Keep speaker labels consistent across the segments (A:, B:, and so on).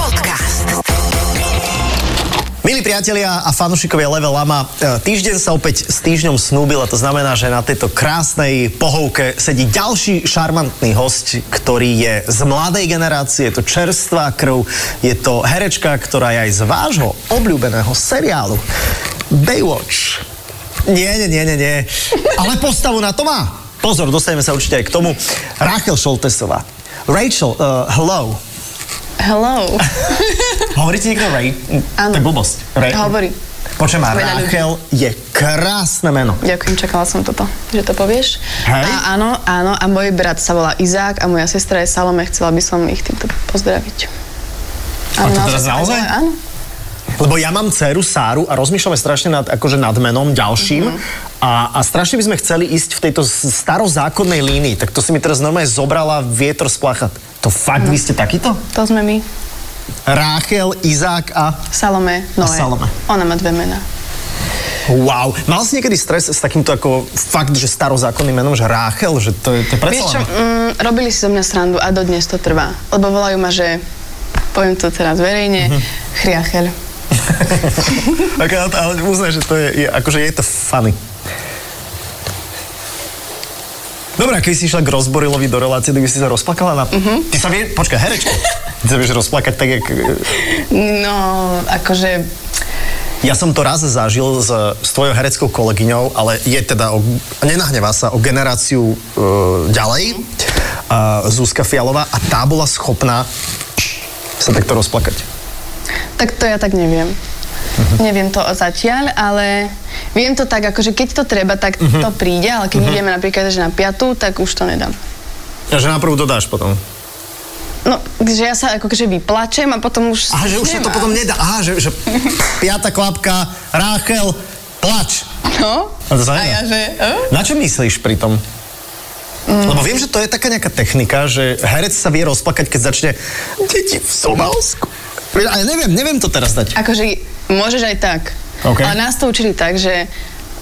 A: Podcast.
B: Milí priatelia a fanúšikovia Level Lama, e, týždeň sa opäť s týždňom snúbil a to znamená, že na tejto krásnej pohovke sedí ďalší šarmantný host, ktorý je z mladej generácie, je to čerstvá krv, je to herečka, ktorá je aj z vášho obľúbeného seriálu Baywatch. Nie, nie, nie, nie, nie. Ale postavu na to má. Pozor, dostaneme sa určite aj k tomu. Rachel Šoltesová. Rachel, uh, hello.
C: Hello.
B: Hovorí ti niekto Ray?
C: Áno.
B: To je blbosť. Ray.
C: Hovorí.
B: Počujem, a
C: Veľa ľudí.
B: Rachel je krásne meno.
C: Ďakujem, čakala som toto, že to povieš.
B: Hej.
C: A, áno, áno, a môj brat sa volá Izák a moja sestra je Salome, chcela by som ich týmto pozdraviť.
B: A to teraz naozaj?
C: Áno.
B: Lebo ja mám dceru Sáru a rozmýšľame strašne nad, akože nad menom ďalším.
C: Mhm.
B: A, a strašne by sme chceli ísť v tejto s- starozákonnej línii. Tak to si mi teraz normálne zobrala vietor z plachat. To fakt,
C: Mhm.
B: vy ste takýto?
C: To sme my.
B: Ráchel, Izák a...
C: Salome Noé.
B: Salome.
C: Ona má dve mená.
B: Wow. Mal si niekedy stres s takýmto ako fakt, že starozákonným menom, že Ráchel, že to je, to je
C: Vieš
B: predsa
C: čo,
B: len-
C: mm, robili si zo mňa srandu a dodnes to trvá. Lebo volajú ma, že poviem to teraz verejne,
B: Mhm.
C: chriacheľ.
B: Tak ale- ale uznaj, že to je, je, akože je to funny. Dobre, a keď si išla k rozborilovi do relácie, tak by si sa rozplakala na... Uh-huh. Ty sa vie... Počkaj, herečka. Ty sa vieš rozplakať tak, jak...
C: No, akože
B: Ja som to raz zažil s, s tvojou hereckou kolegyňou, ale je teda, o, nenahnevá sa o generáciu e, ďalej, a Zuzka Fialová, a tá bola schopná sa takto rozplakať.
C: Tak to ja tak neviem.
B: Mhm.
C: Neviem to zatiaľ, ale viem to tak, akože keď to treba, tak
B: Mhm.
C: to príde, ale keď ideme napríklad že na piatu, tak už to nedám.
B: A že najprv dodáš potom.
C: No, že ja sa ako že vyplačem a potom už...
B: Aha, že už sa to
C: nemám.
B: potom nedá. Aha, že, že piata klapka, Ráchel, plač.
C: No,
B: A to sa
C: a
B: nedá.
C: ja že... eh?
B: Na čo myslíš pri tom?
C: Mm.
B: Lebo viem, že to je taká nejaká technika, že herec sa vie rozplakať, keď začne deti v Somálsku. A ja neviem, neviem to teraz dať.
C: Akože môžeš aj tak.
B: OK.
C: Ale nás to učili tak, že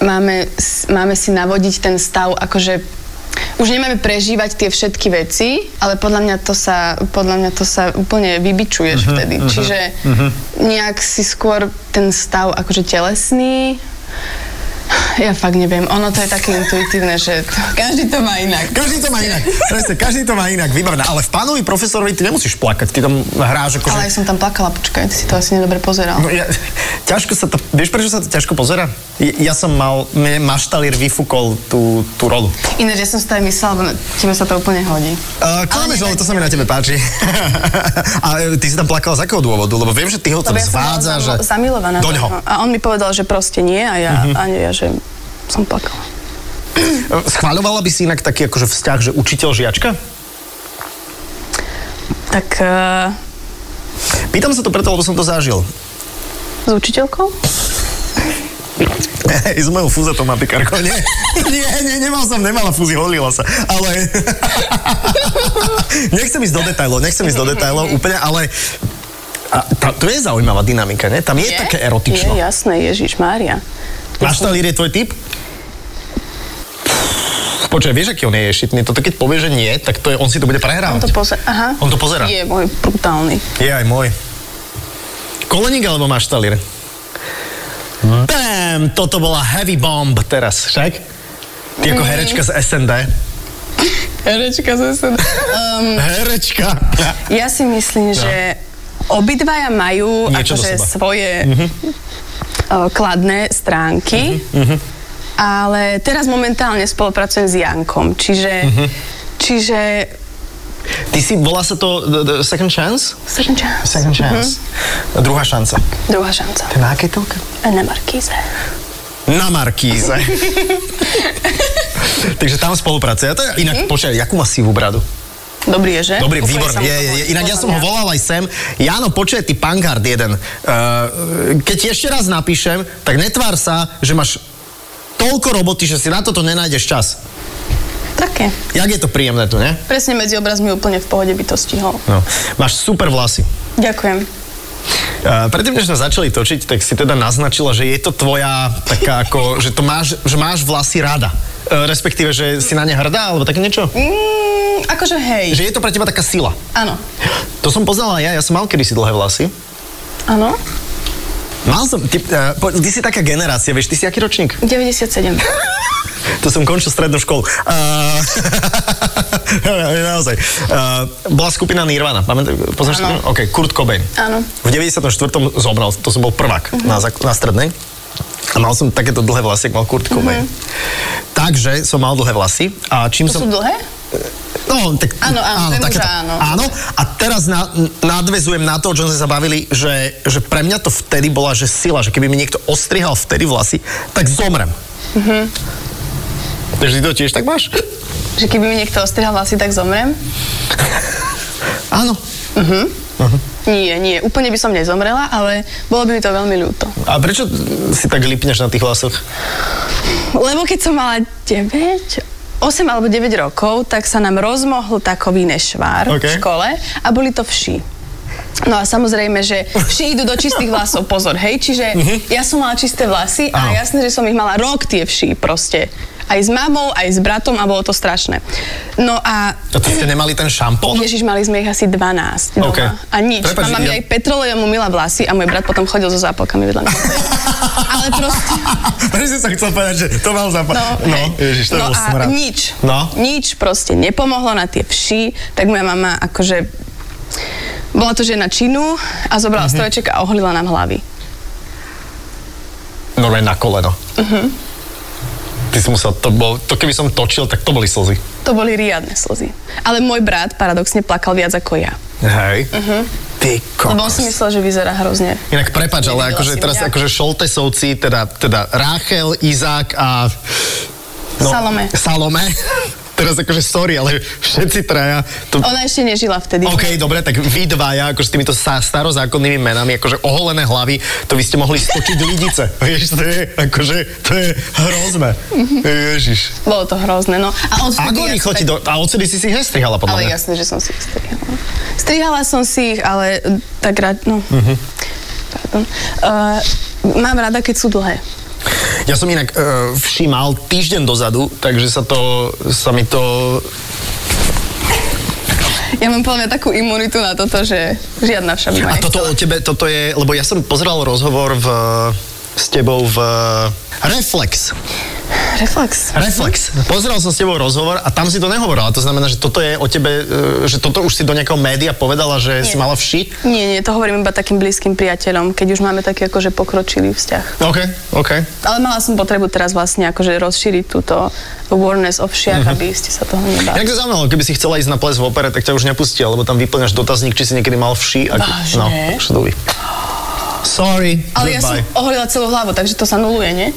C: máme, s- máme si navodiť ten stav, akože už nemáme prežívať tie všetky veci, ale podľa mňa to sa, podľa mňa to sa úplne
B: Mhm,
C: vybičuješ uh-huh, vtedy. Uh-huh, Čiže uh-huh. nejak si skôr ten stav akože telesný, ja fakt neviem, ono to je také intuitívne, že to, každý to má inak.
B: Každý to má inak, presne, každý to má inak, výborné. Ale v pánovi profesorovi ty nemusíš plakať, ty tam hráš akože...
C: Ale aj som tam plakala, počkaj, ty si to asi nedobre pozeral.
B: No ja, ťažko sa to, vieš prečo sa to ťažko pozera? Ja, ja som mal, mne maštalír vyfúkol tú, tú rolu.
C: Ináč, ja som si to aj myslela, lebo na- tebe sa to úplne hodí.
B: Uh, klameš, ale to sa mi na tebe páči. a e, ty si tam plakala z akého dôvodu? Lebo viem, že ty ho tam
C: Lebo ja som bola
B: zvádza, že...
C: zamo- zamilovaná.
B: Do
C: do
B: ňoho. Mhm.
C: A on mi povedal, že proste nie a ja, a nie, ja, že som plakala. no.
B: E, Schváľovala by si inak taký akože vzťah, že učiteľ-žiačka?
C: Tak uh,
B: Pýtam sa to preto, lebo som to zažil.
C: s učiteľkou?
B: Hej, s mojou fúzautomatikárkou, nie. nie, nie, nemal som, nemala fúzi, holila sa. Ale... nechcem ísť do detajlov, nechcem ísť do detajlov úplne, ale... A tá, to je zaujímavá dynamika, nie? Tam je, také erotično.
C: Je, jasné, Ježiš Mária.
B: Maštalír je tvoj typ? Počkaj, vieš, aký on je ješitný? Toto keď povie, že nie, tak to je, on si to bude
C: On
B: prehrávať.
C: to, poze- aha.
B: On to pozera.
C: Je môj brutálny.
B: Je aj môj. Koleník alebo maštalír? Bam! Toto bola heavy bomb teraz, však? Ty ako herečka z SND.
C: Herečka zase.
B: Mm.
C: Um,
B: Herečka!
C: ja si myslím, že obidvaja majú
B: No. Niečo do
C: akože
B: seba. Mhm.
C: svoje uh, kladné stránky,
B: mhm.
C: ale teraz momentálne spolupracujem s Jankom, čiže,
B: Mhm.
C: čiže
B: Ty si, volá sa to the, the Second Chance?
C: second chance,
B: Second Chance. Druhá šanca.
C: druhá šanca.
B: Na aké telke?
C: Na Markíze.
B: Na Markíze. Takže tam spolupracuje. A to je inak, počkaj, jakú má sivú bradu?
C: Dobrý je, že?
B: Dobrý,
C: Úplne
B: výborný.
C: som
B: Je, je, je. Inak ja som ho
C: podľa mňa.
B: volal aj sem. Jano, počuj, ty pankard jeden. Uh, keď ti ešte raz napíšem, tak netvár sa, že máš toľko roboty, že si na toto nenájdeš čas.
C: Také.
B: Jak je to príjemné tu, ne?
C: Presne medzi obrazmi úplne v pohode by to stihol.
B: No. Máš super vlasy.
C: Ďakujem.
B: Uh, predtým, než sme začali točiť, tak si teda naznačila, že je to tvoja taká ako, že to máš, že máš vlasy rada. Uh, respektíve, že si na ne hrdá, alebo také niečo?
C: Mm, akože hej.
B: Že je to pre teba taká sila.
C: Áno.
B: To som poznala ja, ja som mal kedysi dlhé vlasy.
C: Áno.
B: Mal som, ty, uh, po, ty si taká generácia, vieš, ty si aký ročník?
C: 97.
B: To som končil strednú školu. Uh, naozaj. Uh, bola skupina Nirvana. Pamätaj, poznáš
C: Áno.
B: skupinu? OK, Kurt Cobain.
C: Áno.
B: V
C: Mhm.
B: 94. zomrel, to som bol prvák uh-huh. na, zak- na strednej. A mal som takéto dlhé vlasy, ako mal Kurt Cobain. Uh-huh. Takže som mal dlhé vlasy a čím
C: Mhm. To
B: som...
C: sú dlhé?
B: No, tak...
C: Áno, áno, pre muža áno.
B: áno. A teraz na, nadvezujem na to, o čom sme sa bavili, že, že pre mňa to vtedy bola, že sila, že keby mi niekto ostrihal vtedy vlasy, tak zomrem. Mhm. Takže ty to tiež tak máš?
C: Že keby mi niekto ostrihal vlasy, tak zomrem?
B: Áno.
C: Nie, nie. Úplne by som nezomrela, ale bolo by mi to veľmi ľúto.
B: A prečo si tak lipneš na tých vlasoch?
C: Lebo keď som mala 9, 8 alebo 9 rokov, tak sa nám rozmohol takový nešvár
B: Ok.
C: v škole a boli to vši. No a samozrejme, že vši idú do čistých vlasov, pozor, hej, čiže ja som mala čisté vlasy a
B: Mhm. Áno.
C: jasné, že som ich mala rok tie vši proste. Aj s mamou, aj s bratom a bolo to strašné. No a
B: A to ste nemali ten šampón?
C: Ježiš, mali sme ich asi 12 doma.
B: OK.
C: A nič.
B: Prepač,
C: Mama mi
B: ja-
C: aj petrolejom umila vlasy a môj brat potom chodil so zápalkami vedľa mňa. Ale proste...
B: Prečo si sa chcel povedať, že to mal zapať?
C: No, hej.
B: ježiš, to
C: no
B: bol
C: a
B: smrad.
C: nič.
B: No.
C: Nič proste nepomohlo na tie vši, tak moja mama akože... Bola to žena činu a zobrala
B: Mhm.
C: mm-hmm. strojček a oholila nám hlavy.
B: Normálne na koleno. Uh-huh.
C: Mhm.
B: Ty si musel, to bol, to keby som točil, tak to boli slzy.
C: To boli riadne slzy. Ale môj brat paradoxne plakal viac ako ja.
B: Hej. Uh-huh. Ty kokos.
C: Mhm. Lebo on si myslel, že vyzerá hrozne.
B: Inak prepač, ale
C: Nevidela
B: akože
C: si
B: teraz
C: mňa.
B: akože šoltesovci, teda, teda Ráchel, Izák a... no,
C: Salome.
B: Salome. teraz akože sorry, ale všetci traja. To...
C: Ona ešte nežila vtedy.
B: OK, dobre, tak vy dvaja, akože s týmito sa starozákonnými menami, akože oholené hlavy, to by ste mohli stočiť lidice. Vieš, to je, akože, to je hrozné.
C: Mhm.
B: Ježiš.
C: Bolo to hrozné, no. A on
B: A
C: vtedy
B: Ako
C: ja
B: rýchlo
C: som
B: ti do... A odsedy si si ich nestrihala, podľa
C: Ale
B: mňa.
C: jasné, že som si ich strihala. Strihala som si ich, ale mm, tak rád, no.
B: Mhm.
C: Uh-huh. Pardon. Uh, mám rada, keď sú dlhé.
B: Ja som inak uh, všímal týždeň dozadu, takže sa to, sa mi to
C: Ja mám podľa mňa takú imunitu na toto, že žiadna však
B: A
C: ma nechce.
B: toto o tebe, toto je, lebo ja som pozeral rozhovor v, s tebou v e, Reflex.
C: Reflex.
B: Reflex. Pozeral som s tebou rozhovor a tam si to nehovorila. To znamená, že toto je o tebe, e, že toto už si do nejakého média povedala, že Nie. si mala vši.
C: Nie, nie, to hovorím iba takým blízkym priateľom, keď už máme taký akože pokročilý vzťah.
B: OK, OK.
C: Ale mala som potrebu teraz vlastne akože rozšíriť túto awareness o všiach, aby ste sa toho
B: Mhm. Jak
C: nebali.
B: to zaujímalo, keby si chcela ísť na ples v opere, tak ťa už nepustia, lebo tam vyplňaš dotazník, či si niekedy mal vši. A...
C: Vážne?
B: No, takže dobrý. Sorry,
C: Ale ja som
B: goodbye.
C: oholila celú hlavu, takže to sa nuluje, nie?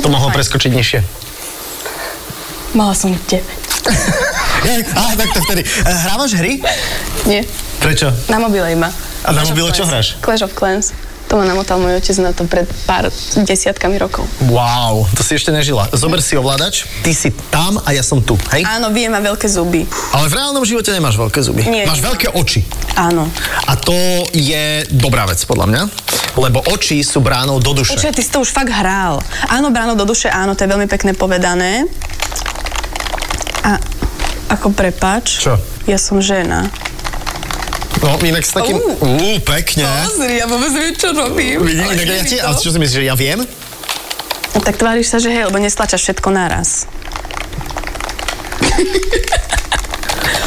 B: To mohlo preskočiť nižšie.
C: Mala som 9.
B: Á, tak to vtedy. E, Hrávaš hry?
C: Nie.
B: Prečo?
C: Na mobile iba.
B: A na
C: Clash of
B: mobile čo
C: Clans.
B: hráš?
C: Clash of Clans. To ma namotal môj otec na to pred pár desiatkami rokov.
B: Wow, to si ešte nežila. Zober si ovládač, ty si tam a ja som tu, hej?
C: Áno, vie, má veľké zuby.
B: Ale v reálnom živote nemáš veľké zuby.
C: Nie,
B: máš
C: nemám.
B: veľké oči.
C: Áno.
B: A to je dobrá vec, podľa mňa. Lebo oči sú bránou do duše.
C: Počkaj, ty si to už fakt hral. Áno, bráno do duše, áno, to je veľmi pekne povedané. A ako prepač.
B: Čo?
C: Ja som žena.
B: No, inak s takým...
C: Ú.
B: Uú, pekne.
C: Pozri, ja vôbec viem, čo robím.
B: Vidím, inak
C: Ale ide
B: ja
C: mi
B: ti,
C: to.
B: ale čo si myslíš, že ja viem?
C: No, tak tváriš sa, že hej, lebo nestlačaš všetko naraz.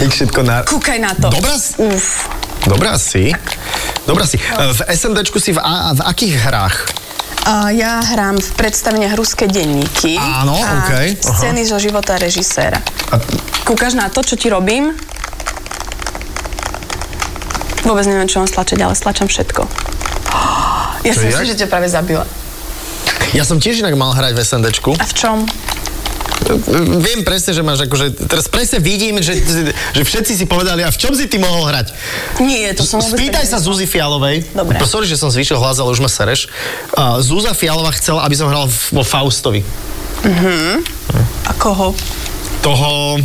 B: Ich všetko na...
C: Kúkaj na to.
B: Dobrá, s-
C: Uf.
B: dobrá si. Dobrá si. E,
C: No.
B: V SMDčku si v, a, v akých hrách?
C: A ja hrám v predstaveniach ruské denníky.
B: Áno,
C: a
B: okej, aha.
C: scény zo života režiséra.
B: A,
C: Kúkaš na to, čo ti robím? Vôbec neviem, čo mám stlačiť, ale stlačam všetko. Ja
B: To
C: si
B: je
C: myslím,
B: jak?
C: že ťa práve zabila.
B: ja som tiež inak mal hrať v SMDčku.
C: A v čom?
B: Viem presne, že máš akože, teraz presne vidím, že, že všetci si povedali, a v čom si ty mohol hrať?
C: Nie, to som vôbec...
B: Spýtaj sa Zuzi Fialovej.
C: Dobre.
B: Po- Sorry, že som zvýšil hlas, ale už ma sereš. Uh, Zúza Fialová chcela, aby som hral v- vo Faustovi.
C: A koho?
B: Toho,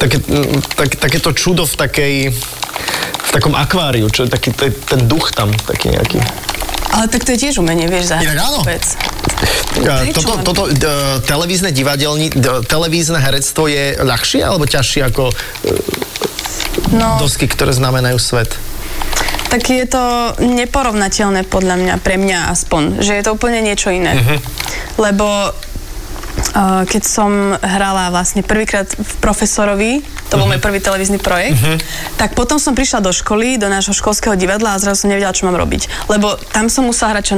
B: také, mm, tak, takéto čudo v takej v takom akváriu, čo je taký, to je ten duch tam, taký nejaký.
C: Ale tak to je tiež umenie, vieš, zahrať
D: Inak áno.
C: vôbec.
B: E,
C: Prečo
B: Toto,
C: len-
B: toto e, televízne divadelní, d- televízne herectvo je ľahšie alebo ťažšie ako
C: No,
B: dosky, ktoré znamenajú svet?
C: tak je to neporovnateľné podľa mňa, pre mňa aspoň, že je to úplne niečo iné.
B: Mhm.
C: Lebo uh, keď som hrala vlastne prvýkrát v profesorovi, to
B: Mhm.
C: bol môj prvý televízny projekt, tak potom som prišla do školy, do nášho školského divadla a zrazu som nevedela, čo mám robiť. Lebo tam som musela hrať čo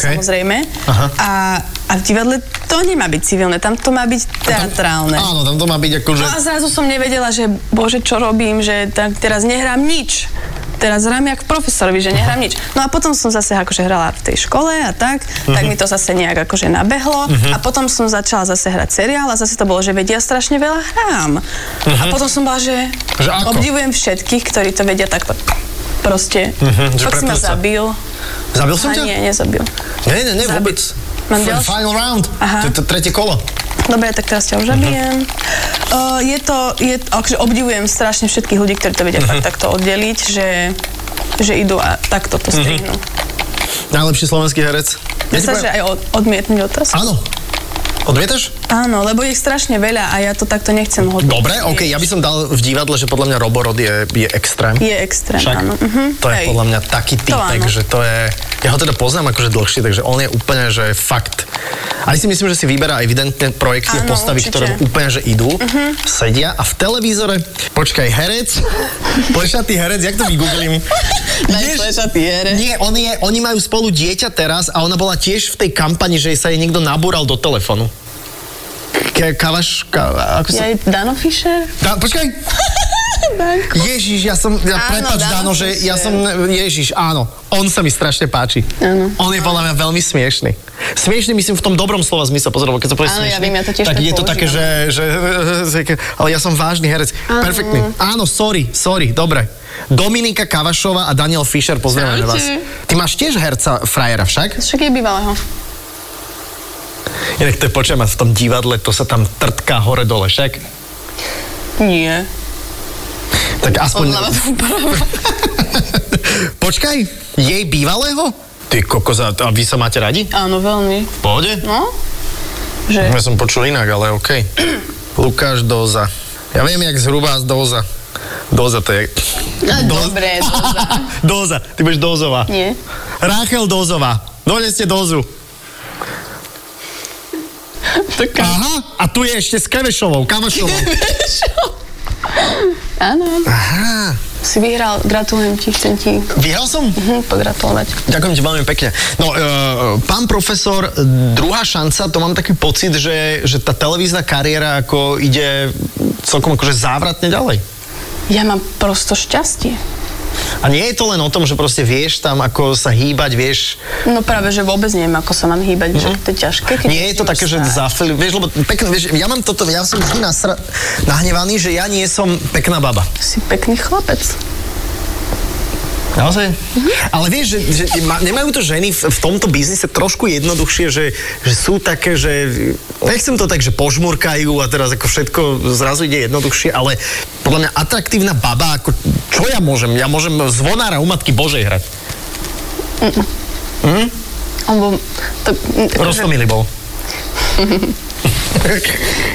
B: OK.
C: samozrejme.
B: Aha.
C: A, a v divadle to nemá byť civilné, tam to má byť teatrálne.
B: Áno, tam to má byť akože...
C: No a zrazu som nevedela, že bože, čo robím, že tak teraz nehrám nič. Teraz hrám jak profesorovi, že nehrám nič. No a potom som zase akože hrala v tej škole a tak, tak
B: Mhm.
C: mi to zase nejak akože nabehlo a potom som začala zase hrať seriál a zase to bolo, že vedia strašne veľa hrám. A potom som bola, že,
B: Mhm. Že ako?
C: obdivujem všetkých, ktorí to vedia takto proste.
B: Mhm, že
C: Fakt si ma
B: prepúšťa.
C: zabil.
B: Zabil som
C: A
B: ťa?
C: nie, nezabil.
B: Nie, nie, nie,
C: Zabi-
B: vôbec.
C: Mám
B: F-
C: ďalší?
B: Final round.
C: Aha.
B: To je to tretie kolo.
C: Dobre, tak
B: Mhm.
C: teraz ťa už zabijem. Uh, je to, je, akože obdivujem strašne všetkých ľudí, ktorí to
B: Mhm.
C: vedia fakt takto oddeliť, že, že idú a takto to strihnú.
B: Najlepší slovenský herec. Mhm. Ja ti
C: Dá sa,
B: poviem-
C: že aj od, odmietnúť otázku?
B: Áno. Odmietaš?
C: Áno, lebo je ich strašne veľa a ja to takto nechcem hodnotiť.
B: Dobre, OK, ja by som dal v divadle, že podľa mňa Roborod je, je extrém.
C: Je extrém,
B: Však
C: áno. mhm,
B: to je
C: hej.
B: podľa mňa taký typek,
C: áno.
B: že to je... Ja ho teda poznám akože dlhšie, takže on je úplne, že fakt. Aj si myslím, že si vyberá evidentne projekty a
C: Áno,
B: postavy,
C: určite. Mhm.
B: ktoré mu úplne, že idú, sedia a v televízore... Počkaj, herec? Plešatý herec, jak to vygooglím? Vieš- Nie, on je, oni majú spolu dieťa teraz a ona bola tiež v tej kampani, že sa jej niekto nabúral do telefonu. K- Kavaš, ka, ako sa...
C: Je aj Dano Fischer?
B: Da, počkaj! Ježiš, ja som, ja
C: Áno,
B: prepáč,
C: Dano
B: Dano, že ja
C: Fischer.
B: som, Ježiš, áno, on sa mi strašne páči.
C: Áno.
B: On je podľa mňa veľmi smiešný. Smiešný myslím v tom dobrom slova zmysle, pozor, lebo keď sa povie
C: Áno, ja
B: smiešný,
C: viem, ja to tiež
B: tak
C: tak
B: je to také, že, že, ale ja som vážny herec.
C: Áno.
B: Perfektný. Áno, sorry, sorry, dobre. Dominika Kavašová a Daniel Fischer, pozdravujeme
C: Ahojte.
B: vás. Ty máš tiež herca frajera však?
C: Však je bývalého.
B: Inak to je počujem, a v tom divadle to sa tam trtká hore dole, však?
C: Nie.
B: Tak aspoň...
C: Podľa vás práva.
B: Počkaj, jej bývalého? Ty kokos, a a vy sa máte radi?
C: Áno, veľmi.
B: V pohode?
C: No? Že...
B: Ja som počul inak, ale OK. Lukáš Doza. Ja viem, jak zhruba z Doza. Doza to je...
C: Dobre, dobre.
B: Doza, ty budeš Dozová.
C: No, Nie.
B: Ráchel Dozová. Doneste Dozu.
C: Tak
B: Aha, a tu je ešte s Kevešovou, Kavašovou.
C: Áno.
B: Aha,
C: Si vyhral, gratulujem ti, chcem ti
B: vyhral som?
C: hm, pogratulovať.
B: Ďakujem ti veľmi pekne. No, e, pán profesor, druhá šanca, to mám taký pocit, že, že tá televízna kariéra ako ide celkom akože závratne ďalej.
C: Ja mám prosto šťastie.
B: A nie je to len o tom, že proste vieš tam, ako sa hýbať, vieš,
C: No práve, že vôbec neviem, ako sa mám hýbať, mm-hmm. že to je ťažké. Keď
B: Mhm. nie je to
C: musíš
B: také, že
C: stáť.
B: za chvíľu, vieš, lebo pekne, vieš, ja mám toto, ja som vždy nasra, nahnevaný, že ja nie som pekná baba.
C: Si pekný chlapec.
B: Naozaj?
C: Mhm.
B: Ale vieš, že, že ma, nemajú to ženy v, v tomto biznise trošku jednoduchšie, že, že sú také, že nechcem to tak, že požmurkajú a teraz ako všetko zrazu ide jednoduchšie, ale podľa mňa atraktívna baba, ako, čo ja môžem? Ja môžem zvonára u Matky Božej hrať.
C: On bol... To, akože,
B: Rostomilý bol.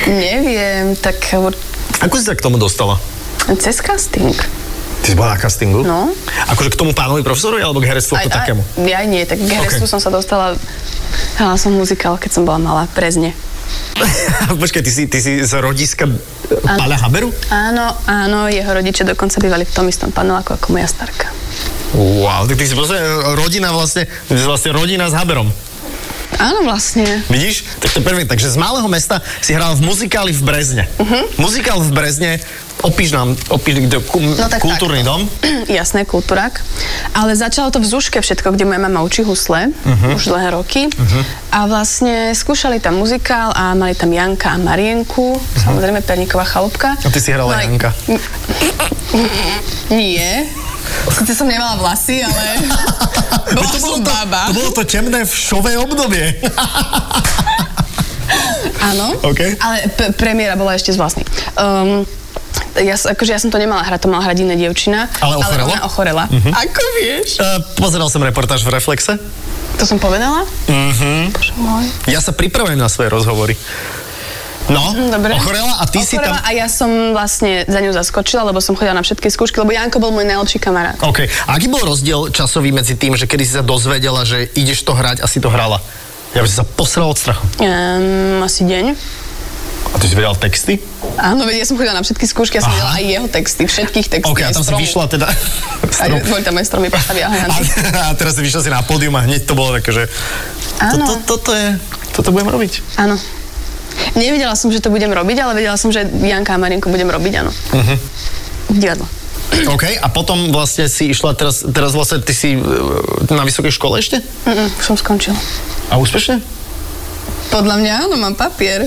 C: neviem, tak ur-
B: Ako si sa k tomu dostala?
C: cez casting.
B: Ty si bola na castingu?
C: No.
B: Akože k tomu pánovi profesorovi alebo k herectvu ako takému?
C: Aj, aj nie, tak k herectvu
B: Ok.
C: som sa dostala... Hrala som muzikál, keď som bola malá, prezne.
B: Počkaj, ty si, ty si z rodiska
C: Áno.
B: Pála Haberu?
C: Áno, áno, jeho rodiče dokonca bývali v tom istom paneláku ako moja starka.
B: Wow, tak ty si proste rodina vlastne, ty si vlastne rodina s Haberom.
C: Áno, vlastne.
B: Vidíš? Tak to je perfekt. Takže z malého mesta si hral v muzikáli v Brezne.
C: Mhm.
B: Uh-huh. Muzikál v Brezne, opíš nám, opíš, kde, ku, no,
C: tak
B: kultúrny dom.
C: Jasné, kultúrak. Ale začalo to v Zúške všetko, kde moja mama učí husle,
B: Mhm.
C: uh-huh. už dlhé roky. Uh-huh. A vlastne skúšali tam muzikál a mali tam Janka a Marienku, uh-huh. samozrejme Perníková chalúbka.
B: Mhm. A ty si hrala
C: Mali-
B: Janka.
C: Nie. Sice som nemala vlasy, ale... Bola
B: Veď
C: som
B: to,
C: baba.
B: to bolo to temné v šové obdobie.
C: Áno.
B: OK.
C: Ale p- premiéra bola ešte z vlastnej. Um, ja, s- akože ja som to nemala hrať, to mala hrať iná dievčina.
B: Ale ochorela? Mhm.
C: ona ochorela. Ako vieš?
B: Uh, pozeral som reportáž v Reflexe.
C: To som povedala? Mhm. Bože môj.
B: Ja sa pripravujem na svoje rozhovory. No,
C: Mm, Dobre.
B: ochorela a ty si tam...
C: Ochorela a ja som vlastne za ňou zaskočila, lebo som chodila na všetky skúšky, lebo Janko bol môj najlepší kamarát.
B: OK. A aký bol rozdiel časový medzi tým, že kedy si sa dozvedela, že ideš to hrať a si to hrala? Ja by som sa posral od strachu.
C: Um, asi deň.
B: A ty si vedel texty?
C: Áno, veď ja som chodila na všetky skúšky, ja
B: Aha.
C: som vedela aj jeho texty, všetkých textov.
B: OK, a tam si vyšla teda...
C: Aj,
B: Strom.
C: boli tam aj stromy, postavy a
B: A,
C: hranty.
B: a teraz si vyšla si na pódium a hneď to bolo také, že...
C: Áno.
B: Toto, toto je... Toto budem robiť.
C: Áno. Nevedela som, že to budem robiť, ale vedela som, že Janka a Marienku budem robiť, áno. Uh-huh.
B: Mhm.
C: Divadlo.
B: OK, a potom vlastne si išla teraz, teraz vlastne ty si e, na vysokej škole ešte?
C: Mm-mm, už som skončila.
B: A úspešne?
C: Podľa mňa áno, mám papier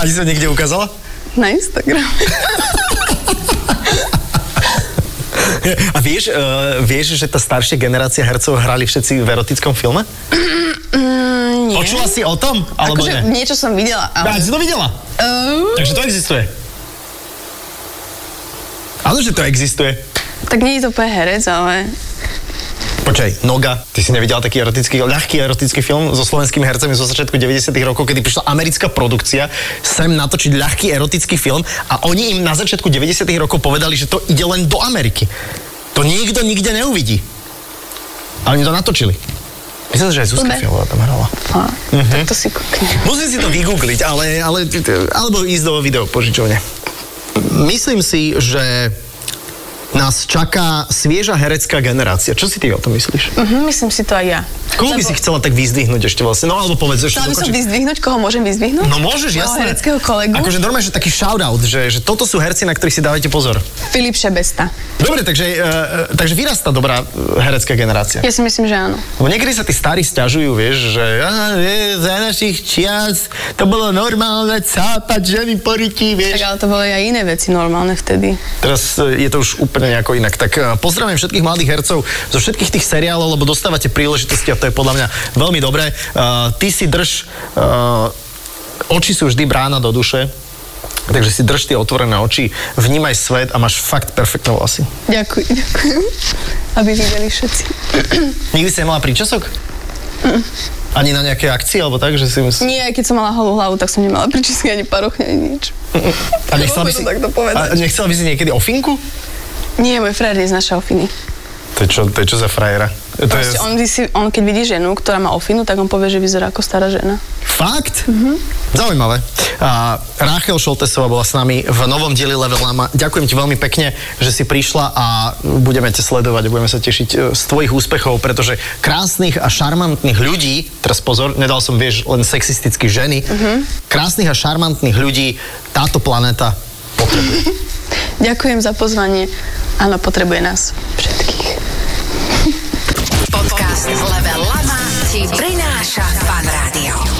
B: Ani sa niekde ukázala?
C: na Instagrame.
B: A vieš, uh, vieš, že tá staršia generácia hercov hrali všetci v erotickom filme?
C: Mm, nie.
B: Počula si o tom? Alebo
C: akože
B: nie?
C: niečo som videla,
B: Á,
C: ale...
B: si to videla?
C: Uh,
B: Takže to existuje. Áno, že to existuje.
C: tak nie je to úplne herec, ale...
B: Počkaj, Noga, ty si nevidel taký erotický, ľahký erotický film so slovenskými hercami zo začiatku 90 rokov, kedy prišla americká produkcia sem natočiť ľahký erotický film a oni im na začiatku 90 rokov povedali, že to ide len do Ameriky. To nikto nikde neuvidí. A oni to natočili. Myslím, že aj Zuzka
C: Dobre.
B: Fialová tam hrala.
C: Fá, uh-huh.
B: Mhm.
C: tak to si kúknem.
B: Musím si to vygoogliť, ale, ale, alebo ísť do videopožičovne. Myslím si, že nás čaká svieža herecká generácia. Čo si ty o tom myslíš?
C: Uh-huh, myslím si to aj ja.
B: Koho by si chcela tak vyzdvihnúť ešte vlastne? No alebo povedz ešte
C: Chcela by som
B: dokončiť.
C: vyzdvihnúť, koho môžem vyzdvihnúť?
B: No môžeš,
C: Môjho
B: jasne.
C: hereckého kolegu.
B: Akože normálne, že taký shoutout, že, že toto sú herci, na ktorých si dávajte pozor.
C: Filip Šebesta.
B: Dobre, takže, uh, takže vyrastá dobrá eh, herecká generácia.
C: Ja si myslím, že áno.
B: Lebo niekedy sa tí starí stiažujú, vieš, že "Á, vie, za našich čias to bolo normálne cápať ženy po ryti,
C: Tak
B: vieš.
C: ale to boli aj iné veci normálne vtedy.
B: Teraz e, je to už úplne nejako inak. Tak e, pozdravujem všetkých mladých hercov zo všetkých tých seriálov, lebo dostávate príležitosti a to je podľa mňa veľmi dobré. E, Ty si drž... e, Oči sú vždy brána do duše, takže si drž tie otvorené oči, vnímaj svet a máš fakt perfektné vlasy.
C: Ďakujem, ďakujem. Aby videli všetci.
B: Nikdy si nemala príčasok?
C: Mm.
B: Ani na nejaké akcie, alebo tak, že si...
C: Nie, aj keď som mala holú hlavu, tak som nemala pričísky ani parochne, ani nič.
B: A nechcela by
C: Môžem
B: si...
C: to takto povedať.
B: A nechcela by si niekedy ofinku?
C: Nie, môj frajer neznašal ofiny.
B: To je čo, to je čo za frajera? To
C: Proste on, si, on keď vidí ženu, ktorá má ofinu, tak on povie, že vyzerá ako stará žena.
B: Fakt? Mm-hmm. Zaujímavé. A Ráchel Šoltesová bola s nami v novom dieli Level Lama. Ďakujem ti veľmi pekne, že si prišla a budeme ťa sledovať a budeme sa tešiť e, z tvojich úspechov, pretože krásnych a šarmantných ľudí, teraz pozor, nedal som, vieš, len sexisticky ženy, mm-hmm. krásnych a šarmantných ľudí táto planéta potrebuje.
C: Ďakujem za pozvanie. Áno, potrebuje nás všetkých.
A: Podcast Level Lama ti prináša Fan Rádio.